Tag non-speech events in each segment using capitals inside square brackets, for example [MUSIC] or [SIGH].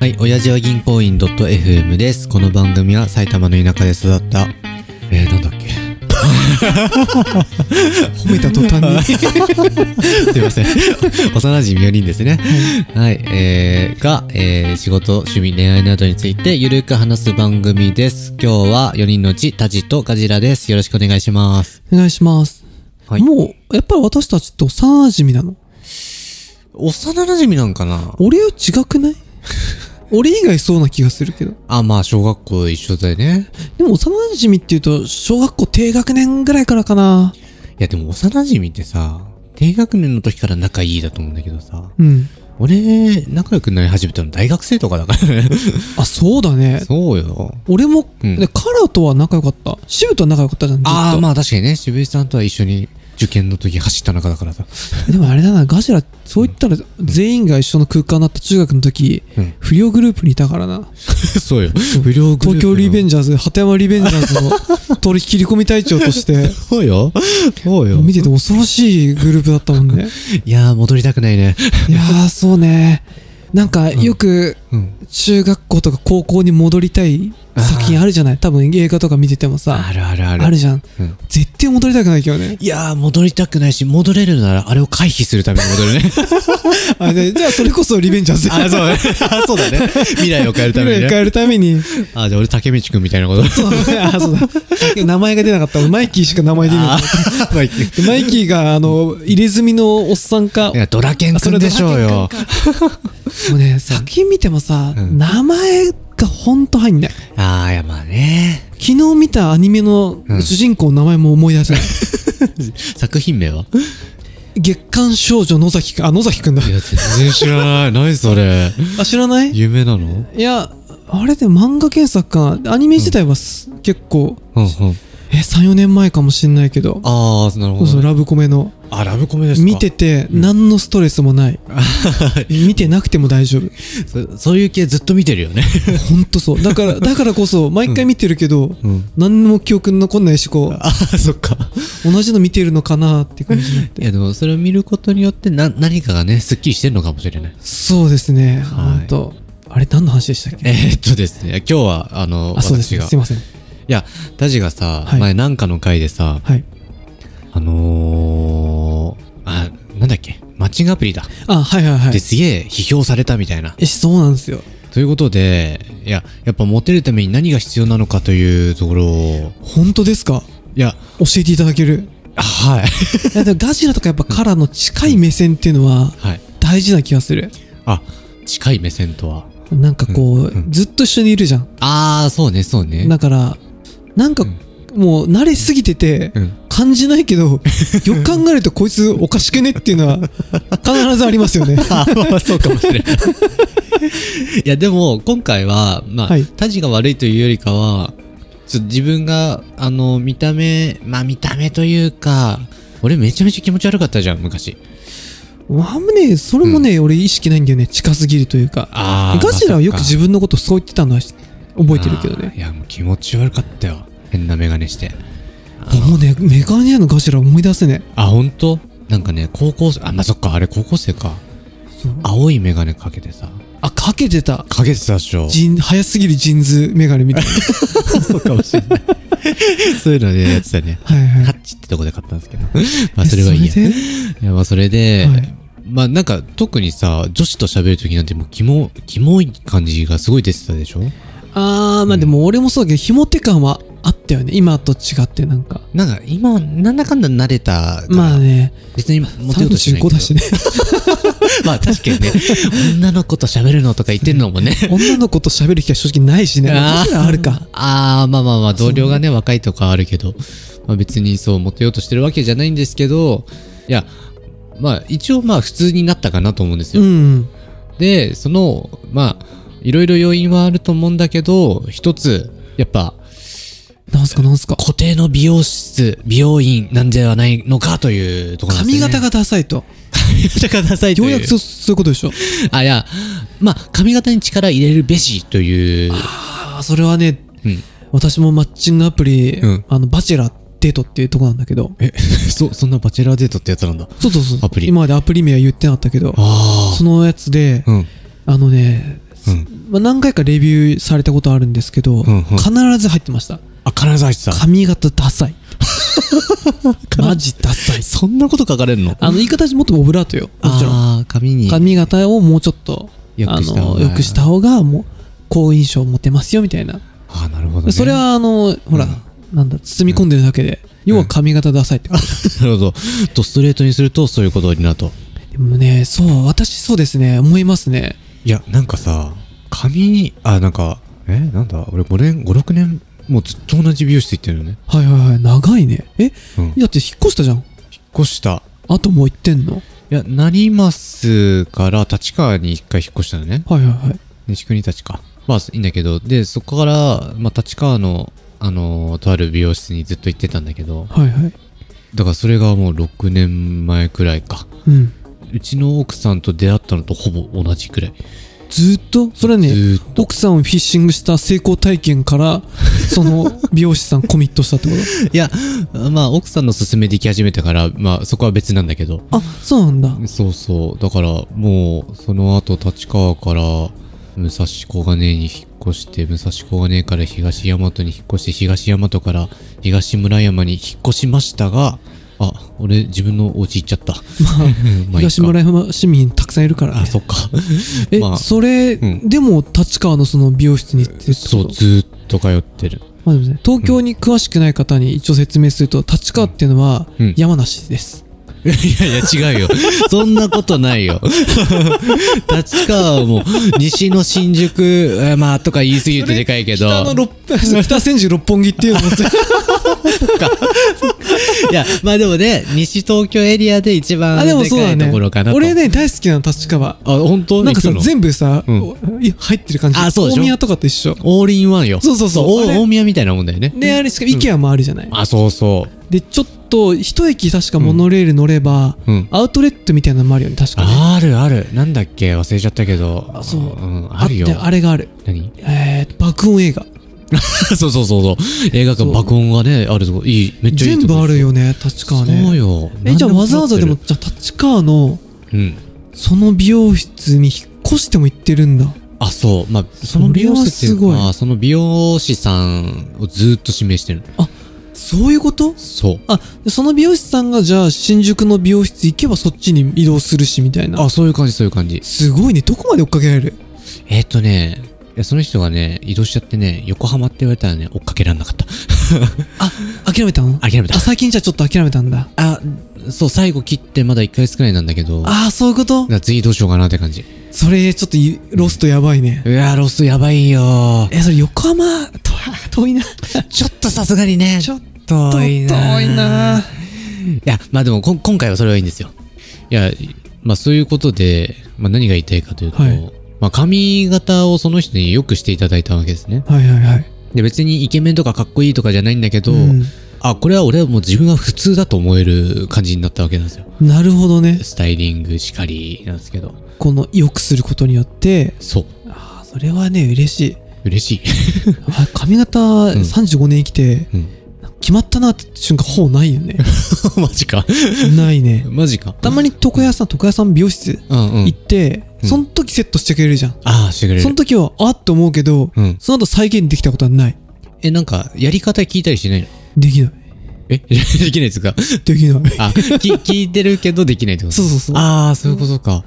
はい、親父は銀行員 .fm です。この番組は埼玉の田舎で育った、えー、なんだ [LAUGHS] っけ。褒めた途 [LAUGHS] 端に。すいません。幼馴染4人ですね。はい、えー、が、えー、仕事、趣味、恋愛などについてゆるく話す番組です。今日は4人のうち、タジとガジラです。よろしくお願いします。お願いします。はいもう、やっぱり私たちと幼馴染なの。幼馴染なんかな俺は違 [LAUGHS] くない俺以外そうな気がするけど。あ、まあ、小学校一緒だよね。でも幼馴染っていうと、小学校低学年ぐらいからかな。いや、でも幼馴染ってさ、低学年の時から仲いいだと思うんだけどさ、うん。俺、仲良くなり始めたの大学生とかだから [LAUGHS] ね。あ、そうだね。そうよ。俺も、うんでカラーとは仲良かった。シブとは仲良かったじゃん。ずっとああ、まあ確かにね、渋井さんとは一緒に受験の時走った仲だからさ。でもあれだな、ガジラ、そう言ったら、全員が一緒の空間になった中学の時、うん [LAUGHS] 不良グループにいたからな。そうよ。不良グループの。東京リベンジャーズ、鳩山リベンジャーズの取り切り込み隊長とし [LAUGHS] て、そうよ。そうよ。見てて恐ろしいグループだったもんね。いやー、戻りたくないね。いやー、そうね。なんか、よく、うん。中学校とか高校に戻りたい作品あるじゃない多分映画とか見ててもさあ、るあるある。あるじゃん。うん。絶対戻りたくないけどねいやー、戻りたくないし、戻れるなら、あれを回避するために戻るね。あでじゃあ、それこそリベンジャー [LAUGHS] ズ。あ、そうね。あ、そうだね。未来を変えるために未来ねを。変えるた [LAUGHS] めに。あ、じゃあ俺、竹道くんみたいなこと。そうだ。あそうだ。名前が出なかった。マイキーしか名前出な [LAUGHS] あい。ー [LAUGHS] まあいいけどでマイキーが、あの、入れ墨のおっさんかい。や、ドラケンくんでしょうよ。もうね、作品見てもさ、うん名前がほんと入んない。あー、いや、まあね。昨日見たアニメのうん主人公の名前も思い出せない。作品名は月刊少女野崎くん。あ、野崎くんだい。や、全然知らない。何それ。あ、知らないい夢なのうんや、あれで漫画原作かな。アニメ自体はす、結構、うん。え、3、4年前かもしんないけど。あー、なるそほうそう、どね。ラブコメの。あ、ラブコメですか見てて、何のストレス [LAUGHS] もない。見てなくても大丈夫。そそういう系ずっと見てるよね。ほんとそう。だから、だからこそ、毎回見てるけど、うん。何にも記憶に残んないし、こう、あー、そっか。同じの見てるのかなって感じになっいて。やでもそれを見ることによってな何かがねすっきりしてるのかもしれないそうですね。はいほんと。あれ、何の話でしたっけえー、っとですね今日はあのあ、そうです私ね。がすいません。いやタジがさ、はい前なんかの回でさはい。あのー、あなんだっけマッチングアプリだ、あ、はいはいはいで。すげえ批評されたみたいなえ、そうなんですよ。ということでいややっぱモテるために何が必要なのかというところを本当ですかいや教えていただける。はい [LAUGHS] いやでもガジラとかやっぱカラーの近い目線っていうのははい大事な気がする。あ近い目線とはなんかこう、うんずっと一緒にいるじゃん。ああそうねそうねだから、なんか、もう慣れすぎてて、うん感じないけど、よく考えるとこいつおかしくねっていうのは必 [LAUGHS] ずありますよね。あまあそうかもしれ [LAUGHS] ない。いや、でも、今回は、まあ、はいタジが悪いというよりかは、ちょっと自分が、あの、見た目、まあ見た目というか、俺めちゃめちゃ気持ち悪かったじゃん、昔。あんまね、それもね、俺意識ないんだよね。近すぎるというか。あガジラはよく自分のことそう言ってたのは覚えてるけどね。いや、もう気持ち悪かったよ。変なメガネして。もうね、メガネ屋のガジラ思い出せね。あ、ほんとなんかね、高校生、あ、まあ、そっか、あれ高校生か。そう青いメガネかけてさ。あ、かけてた。かけてたでしょ。ジン、早すぎるジンズメガネみたいな。 [LAUGHS] そうかもしれない。そういうのね、やってたね。はいはハい。ッチってとこで買ったんですけ [LAUGHS] ど。まあ、それはいいや。えそれでいや、まあ、それで、はいまあ、なんか、特にさ、女子と喋るときなんて、もう、キモ、キモい感じがすごい出てたでしょあー、まあでも俺もそうだけど、ひも手感はあったよね。今と違ってなんか。なんか、今、なんだかんだ慣れたから、まあね、別にモテようとしないけど。 35だしね。まあ、確かにね、女の子と喋るのとか言ってるのもね。 [LAUGHS] 女の子と喋る機会正直ないしね。あーガジラ [LAUGHS] あるか。ああ、まあまあまあ、同僚がね、若いとかあるけど、まあ別にそう、モテようとしてるわけじゃないんですけど、いや、まあ、一応まあ、普通になったかなと思うんですうよ。ん。で、その、まあ、いろいろ要因はあると思うんだけど、一つ、やっぱ、なんすかなんすか。固定の美容室、美容院なんではないのかというところなんで髪すね。型がダサいと。髪型がダサいとよいうう。やくそうそういうことでしょ。あ、いや、まあ、髪型に力入れるべしという。あー、それはね、うん。私もマッチングアプリ、うんあの、バチェラーデートっていうとこなんだけど。え、そ、そんなバチェラーデートってやつなんだ。そうそうそう。アプリ今までアプリ名は言ってなかったけど、あそのやつで、あ。うん。あのね、うん。まあ、何回かレビューされたことあるんですけど、んうん必ず入ってましたあ、必ず入ってた。髪型 [LAUGHS] ダサいマジダサいそんなこと書かれるのあの言い方もっとオブラートよもちろんあー、紙に。髪型をもうちょっと良あくした方のが良くした方がもう好印象を持てますよみたいなあー、なるほどね。それ。はあのほら、なんだ包み込んでるだけで、要は髪型ダサいってこと、 [LAUGHS] なるほど。と、ストレートにすると、そういうことになると。でもねそう私そうですね思いますねいや、なんかさ、髪に、あ、なんか、え、なんだ、俺5年、5、6年、もうずっと同じ美容室行ってるのね。はいはいはい長いねえ、うんだって引っ越したじゃん引っ越した。あともう行ってんのいや、成増から立川に一回引っ越したのね。はいはいはい西国立川。まあ、いいんだけど、で、そこから、まあ、立川の、あのーとある美容室にずっと行ってたんだけど、はいはいだからそれがもう6年前くらいか。うんうちの奥さんと出会ったのとほぼ同じくらい。ずーっとそれはねずーっと。奥さんをフィッシングした成功体験からその美容師さんコミットしたって [LAUGHS] こいや、まあ、奥さんの勧めで行き始めたから、まあ、そこは別なんだけど。とあそうなんだそうそう。だから、もう、その後、立川から、武蔵小金井に引っ越して、武蔵小金井から東大和に引っ越して、東大和から東村山に引っ越しましたが、あ、俺、自分のお家行っちゃった。まあ [LAUGHS] まあいいか東村山市民たくさんいるから、あ、ね、そっ [LAUGHS] か。え、まあそれ、うんでも立川のその美容室に行ってるってことそう、ずーっと通ってる。まあでもね、東京に詳しくない方に一応説明すると、立川っていうのはうん山梨です。いやいや、違うよ。そんなことないよ。立川はもう、西の新宿、えまあ、とか言い過ぎるとでかいけど。北の六 [LAUGHS] 北千住六本木っていうのも [LAUGHS] いや、まあでもね、西東京エリアで一番あ、でもそうだでかいねところかな。と俺ね、大好きなの立川。あ、本当なんかさ行、くの全部さ、うんおい入ってる感じ。あそうでしょ大宮とかと一緒。オールインワンよ。そうそうそうおあれ大宮みたいなもんだよね。で、あれしか、イケアもあるじゃない。あ、そうそう。で、ちょっと、一駅確かモノレール乗れば、うんアウトレットみたいなのもあるよね、確かね。あるある。なんだっけ忘れちゃったけど。あそううん、あるよって。あれがある。何 [LAUGHS] えー、爆音映画。そうそうそうそう。映画そう館爆音がね、あるとこ、いい。めっちゃいい全とこ部あるよね、立川ね。そうよ。え、じゃあ何もわざわざでも、じゃあ立川の、うん。その美容室に引っ越しても行ってるんだ。あ、そう。まあ、その美容師っていそれうはすごか、その美容師さんをずーっと指名してる。そういうことそう。あ、でその美容師さんがじゃあ新宿の美容室行けばそっちに移動するしみたいな。あ、そういう感じ、そういう感じ。すごいね。どこまで追っかけられるえーっ、とね、いやその人がね、移動しちゃってね、横浜って言われたらね、追っかけられなかった。あ、諦めたの諦めたあ、。最近じゃあちょっと諦めたんだ。あ、そう、最後切ってまだ1ヶ月くらいなんだけど、だかああ、そういうことら次どうしようかなって感じ。それ、ちょっといロストやばいね。うわ、ロスやばいよー。え、それ横浜、と [LAUGHS] 遠いな。ちょっとさすがにね、ちょっと遠いな。ーいや、まあでもこん、今回はそれはいいんですよ。いや、まあそういうことで、まあ何が言いたいかというと、はいまあ髪型をその人によくしていただいたわけですね。はいはいはい。で、別にイケメンとかかっこいいとかじゃないんだけど、うんあ、これは俺はもう自分が普通だと思える感じになったわけなんですよ。なるほどね。スタイリングしかりなんですけど。この、良くすることによって、そう。ああ、それはね、嬉し [LAUGHS] い。嬉しい。あ髪型35年生きて、うん。 [LAUGHS] 決まったなって瞬間ほぼない [LAUGHS] よねマジか。ないねマジか。たまに床屋さん床屋さん美容室うんう行っん。て、うんその時セットしてくれるじゃん、ああ、してくれそのる。時はあっと思うけど、うんその後再現できたことはないえ、なんか、やり方聞いたりしないのできないえ [LAUGHS] できないですかでき [LAUGHS] ないあ、き、聞いてるけどできないってことそうそうそうああ、そういうことか。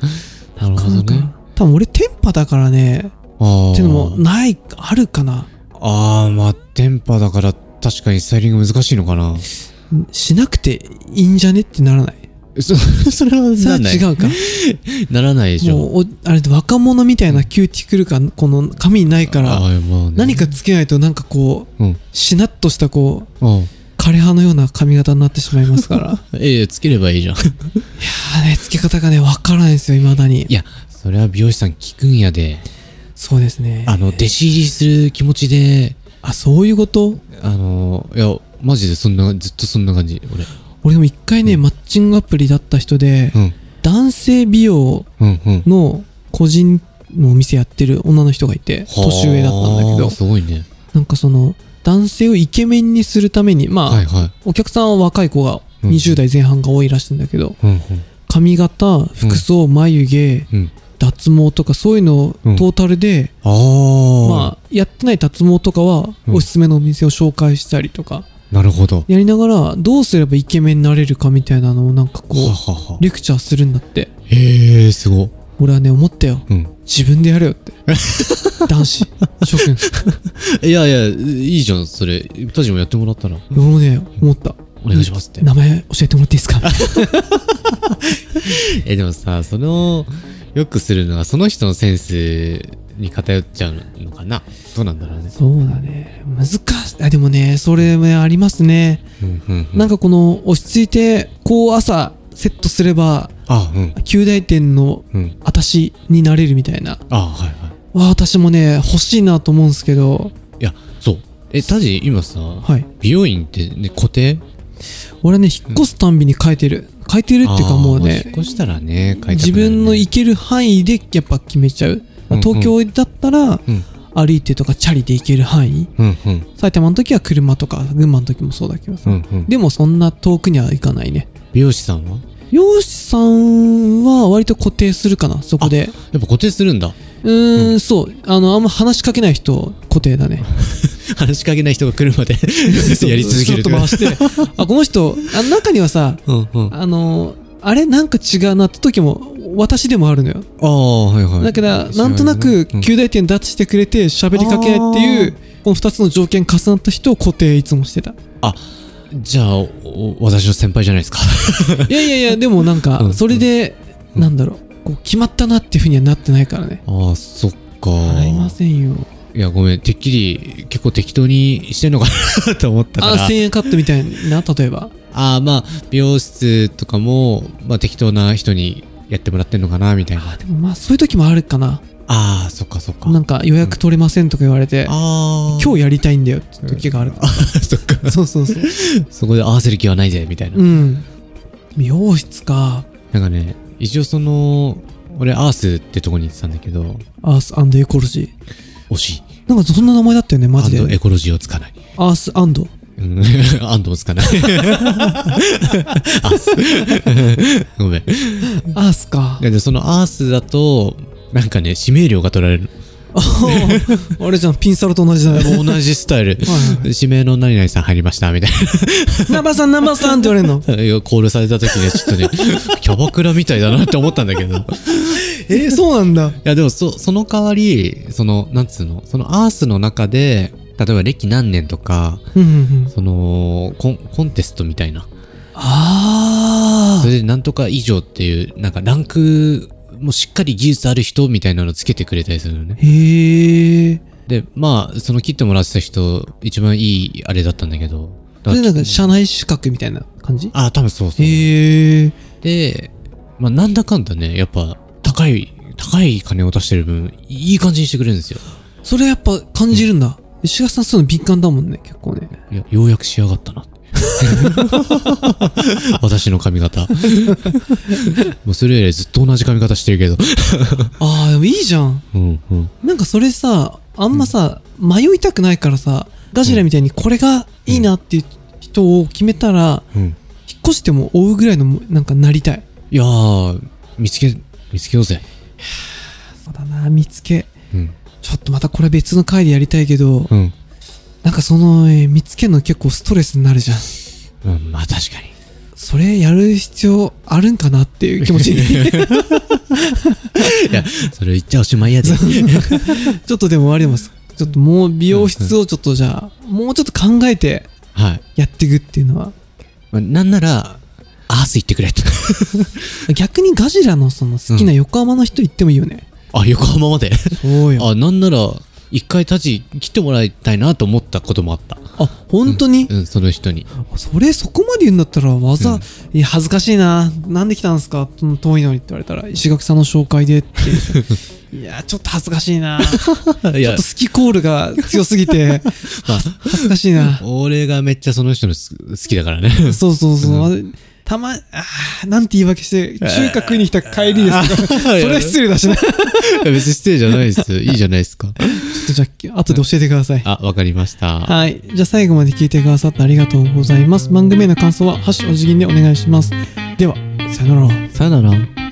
なるほどなねん。か多分俺テンパだからねああ。っていうのもないあるかなああ、まあ、電波だから確かにスタイリング難しいのかな。しなくていいんじゃねってならないそ、それは [LAUGHS] それならはない。違うかならないでしょ。もうおあれで若者みたいなキューティクル感この髪にないからあーまあね何かつけないとなんかこううん。しなっとしたこううん。枯葉のような髪型になってしまい [LAUGHS] ますから。ええ、つければいいじゃん。 [LAUGHS] あーね、付け方がね、わからないんですよ、未だにい。や、それは美容師さん聞くんやで、そうですね。あの、弟子入りする気持ちで、あ、そういうことあの、いや、マジでそんな、ずっとそんな感じ、俺。俺でも一回ね、マッチングアプリだった人で、うん。男性美容うん、うん。の個人のお店やってる女の人がいて、年上だったんだけはどあ、すごいね。なんかその、男性をイケメンにするために、まあ、はいはい。お客さんは若い子がうん20代前半が多いらしいんだけど、うん、髪型、服装、眉毛、うん。うん。脱毛とかそういうのをトうんータルで、ああ、まあ、やってない脱毛とかは、うんおすすめのお店を紹介したりとか、なるほど。やりながら、どうすればイケメンになれるかみたいなのをなんかこはう、ははレクチャーするんだって。へえ、すご。俺はね、思ったよ。うん。自分でやれ [LAUGHS] よって。男子、諸君。いやいや、いいじゃん、それ。タジもやってもらったら。俺もね、思った。お願いしますって。名前教えてもらっていいですかえ、でもさ、その、よくするのは、その人のセンスに偏っちゃうのかな。どうなんだろうね。そうだね。難しい。あでもね、それもねありますね。うんうんうんなんかこの、落ち着いて、こう朝、セットすれば、あ、うん。旧大店のうん。私になれるみたいな。あ、はいはわあ、私もね、欲しいなと思うんですけど、い。いや、そう。え、タジ、今さ、はい。美容院ってね、固定俺ね、引っ越すたんびに変えてる。変えてるっていうかもうあー引っね、越したらね、変えたくなるね自分の行ける範囲でやっぱ決めちゃう。うんうん東京だったら、うん。歩いてとかチャリで行ける範囲。うんうん。埼玉の時は車とか、群馬の時もそうだけどさ。うんうん。でもそんな遠くには行かないね。美容師さんは容師さんは割と固定するかな、そこで。やっぱ固定するんだ。うーん、そう。あの、あんま話しかけない人、固定だね。話しかけない人が来る [LAUGHS] までそ [LAUGHS] うやり続けるちょっと回して。あ、この人、あ中にはさ、うんうん。ああの、あれなんか違うなって時も、私でもあるのよ。あー、はいはい。だから、なんとなく、うん旧大点脱してくれて、喋りかけないってあいう、この二つの条件重なった人を固定いつもし [LAUGHS] てた。じゃあ、お私の先輩じゃないですか。いやいやいや、でもなうんんうか、んそれで、うんなんだろう、こう、決まったなっていうふうにはなってないからね。ああ、そっか。払いませんよ。いや、ごめん。てっきり、結構適当にしてんのかなと思ったから。あ、1000円カットみたいな、例えば。ああ、まあ、美容室とかも、まあ適当な人にやってもらってんのかな、みたいな。でもまあ、そういう時もあるかな。ああ、そっかそっか。なんか、予約取れませんとか言われて、ああ。今日やりたいんだよって時がある。日、そっか。そうそうそう。そこで合わせる気はないぜ、みたいな。うん。美容室か。なんかね、一応その、俺、アースってとこに行ってたんだけど、アースエコロジー。惜しい。なんかそんな名前だったよね、マジアンドエで。コロジーをつかない。アースうん、 [LAUGHS] アンドを [LAUGHS] つかない。アース。ごめん。アースか。で、そのアースだと、なんかね、指名料が取られる。 [LAUGHS] あれじゃん、ピンサロと同じだよ。もう同じスタイル。は指名の何々さん入りました、みたいナンバーさん、ナンバーさんって言われるの。 [LAUGHS] な。コールされた時にはちょっとね、キャバクラみたいだなって思ったんだけど。いえー、そうなんだ。や、でも、そ、その代わり、その、なんつうの、そのアースの中で、例えば歴何年とか、うんうんうん。そのコン、コンテストみたいな。あそれでなんとか以上っていう、なんかランクもしっかり技術ある人みたいなのつけてくれたりするのね。ー。へえ。で、まあ、その切ってもらってた人、一番いいあれだったんだけど。それなんか、社内資格みたいな感じあ、多分そうそう。へえ。で、まあ、なんだかんだね、やっぱ、高い、高い金を出してる分、いい感じにしてくれるんですよ。それやっぱ感じるんだ。石川さんそういうの敏感だもんね、結構ね。いや、ようやく仕上がった [LAUGHS] な。私の髪型。もうそれ以来ずっと同じ髪型してるけど。ああ、でもいいじゃん。うんうん。なんかそれさ、あんまさ、迷いたくないからさ、ガジラみたいにこれがいいなっていう人を決めたら、うん。引っ越しても追うぐらいの、なんかなりたい。いやー、見つけ、見つけようぜ。そうだな、見つけ。うん。ちょっとまたこれ別の回でやりたいけど、うん。なんかその、えー見つけるの結構ストレスになるじゃん。うん、まあ確かに。それやる必要あるんかなっていう気持ち [LAUGHS] に。いや、それ言っちゃおしま [LAUGHS] いやで。ちょっとでもあります。ちょっともう美容室をちょっとじゃあ、もうちょっと考えてはい。やっていくっていうのは。まあなんなら、アース行ってくれと。逆にガジラのその好きな横浜の人行ってもいいよね。あ、横浜まで。そう。あ、なんなら、一回立ち切ってもらいたいなと思ったこともあった。あ、本当に、うん、その人に。それそこまで言うんだったらわざ、うんいや恥ずかしいな。なんで来たんすかその遠いのにって言われたら、石垣さんの紹介でって [LAUGHS] いう。いや、ちょっと恥ずかしいな。いちょっと好きコールが強すぎて、ま恥ずかしいな。俺がめっちゃその人のす好きだ [LAUGHS] からね。そうそうそう。あれたま、あーなんて言い訳して、中華食いに来た帰りですとか、それは失礼だしな。 [LAUGHS] ちょっいや別に失礼じゃないですよ。いいじゃないですか。とじゃあ、後で教えてください。あ、わかりました。はい。じゃあ最後まで聞いてくださってありがとうございます。番組への感想は、ハッシュお辞儀でお願いします。では、さよなら。さよなら。